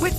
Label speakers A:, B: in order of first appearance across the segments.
A: With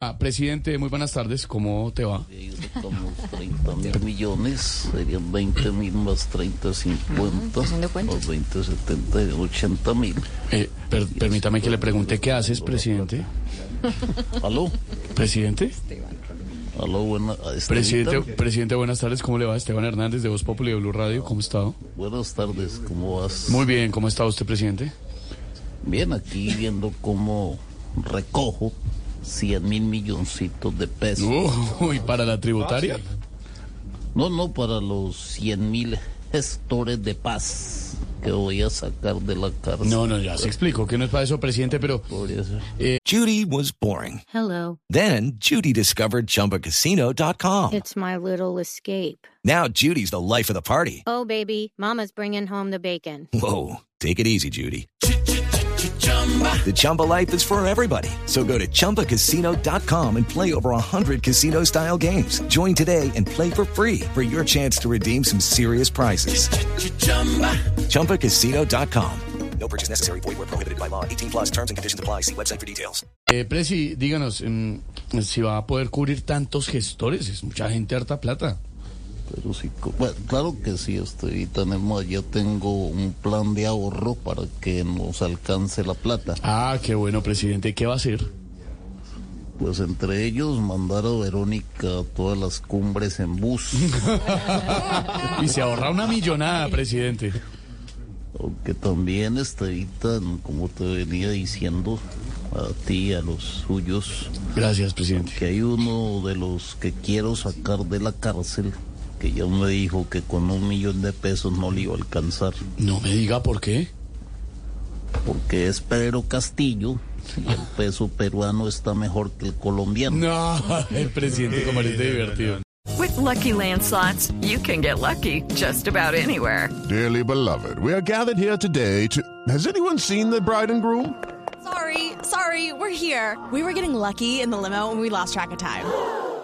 B: Ah, presidente, muy buenas tardes. ¿Cómo te va?
C: Como 30 mil millones, serían 20 mil más 30, 50, o 20, 70, 80 mil.
B: Eh, per- permítame que le pregunte qué haces, presidente.
C: ¿Aló?
B: Presidente,
C: ¿Aló? Buena, Estevita?
B: presidente, presidente, buenas tardes. ¿Cómo le va? Esteban Hernández de Voz Populi de Blue Radio. ¿Cómo está?
C: Buenas tardes, ¿cómo vas?
B: Muy bien. ¿Cómo está usted, presidente?
C: Bien, aquí viendo cómo recojo 100 mil milloncitos de pesos.
B: Uh, Uy, para la tributaria.
C: No, no, para los 100 mil gestores de paz que voy a sacar de la cárcel.
B: No, no, ya se explicó que no es para eso, presidente, pero
C: Podría ser.
D: Judy was boring.
E: Hello,
D: Then Judy discovered ChumbaCasino.com.
E: it's my little escape.
D: Now Judy's the life of the party.
E: Oh, baby, Mama's bringing home the bacon.
D: Whoa, take it easy, Judy. The Chumba life is for everybody. So go to ChumbaCasino.com and play over 100 casino-style games. Join today and play for free for your chance to redeem some serious prizes. ChumbaCasino.com. No purchase necessary. Void where prohibited by law. 18 plus terms and conditions apply. See website for details.
B: eh, presi, díganos mm, si va a poder cubrir tantos gestores. Es mucha gente, harta plata.
C: Pero sí, co- bueno, claro que sí, este, estoy tenemos, ya tengo un plan de ahorro para que nos alcance la plata.
B: Ah, qué bueno, presidente. ¿Qué va a hacer?
C: Pues entre ellos mandar a Verónica a todas las cumbres en bus,
B: Y se ahorra una millonada, presidente.
C: aunque también evitan, como te venía diciendo, a ti, a los suyos,
B: Gracias, presidente.
C: que hay uno de los que quiero sacar de la cárcel que ya me dijo que con un millón de pesos no le iba a alcanzar,
B: No me diga por qué.
C: porque es Pedro Castillo. Y el peso peruano está mejor que el colombiano.
B: No, el presidente como eres de divertido.
A: With Lucky Land slots, you can get lucky just about anywhere.
F: Dearly beloved, we are gathered here today to. Has anyone seen the bride and groom?
G: Sorry, sorry, we're here. We were getting lucky in the limo and we lost track of time.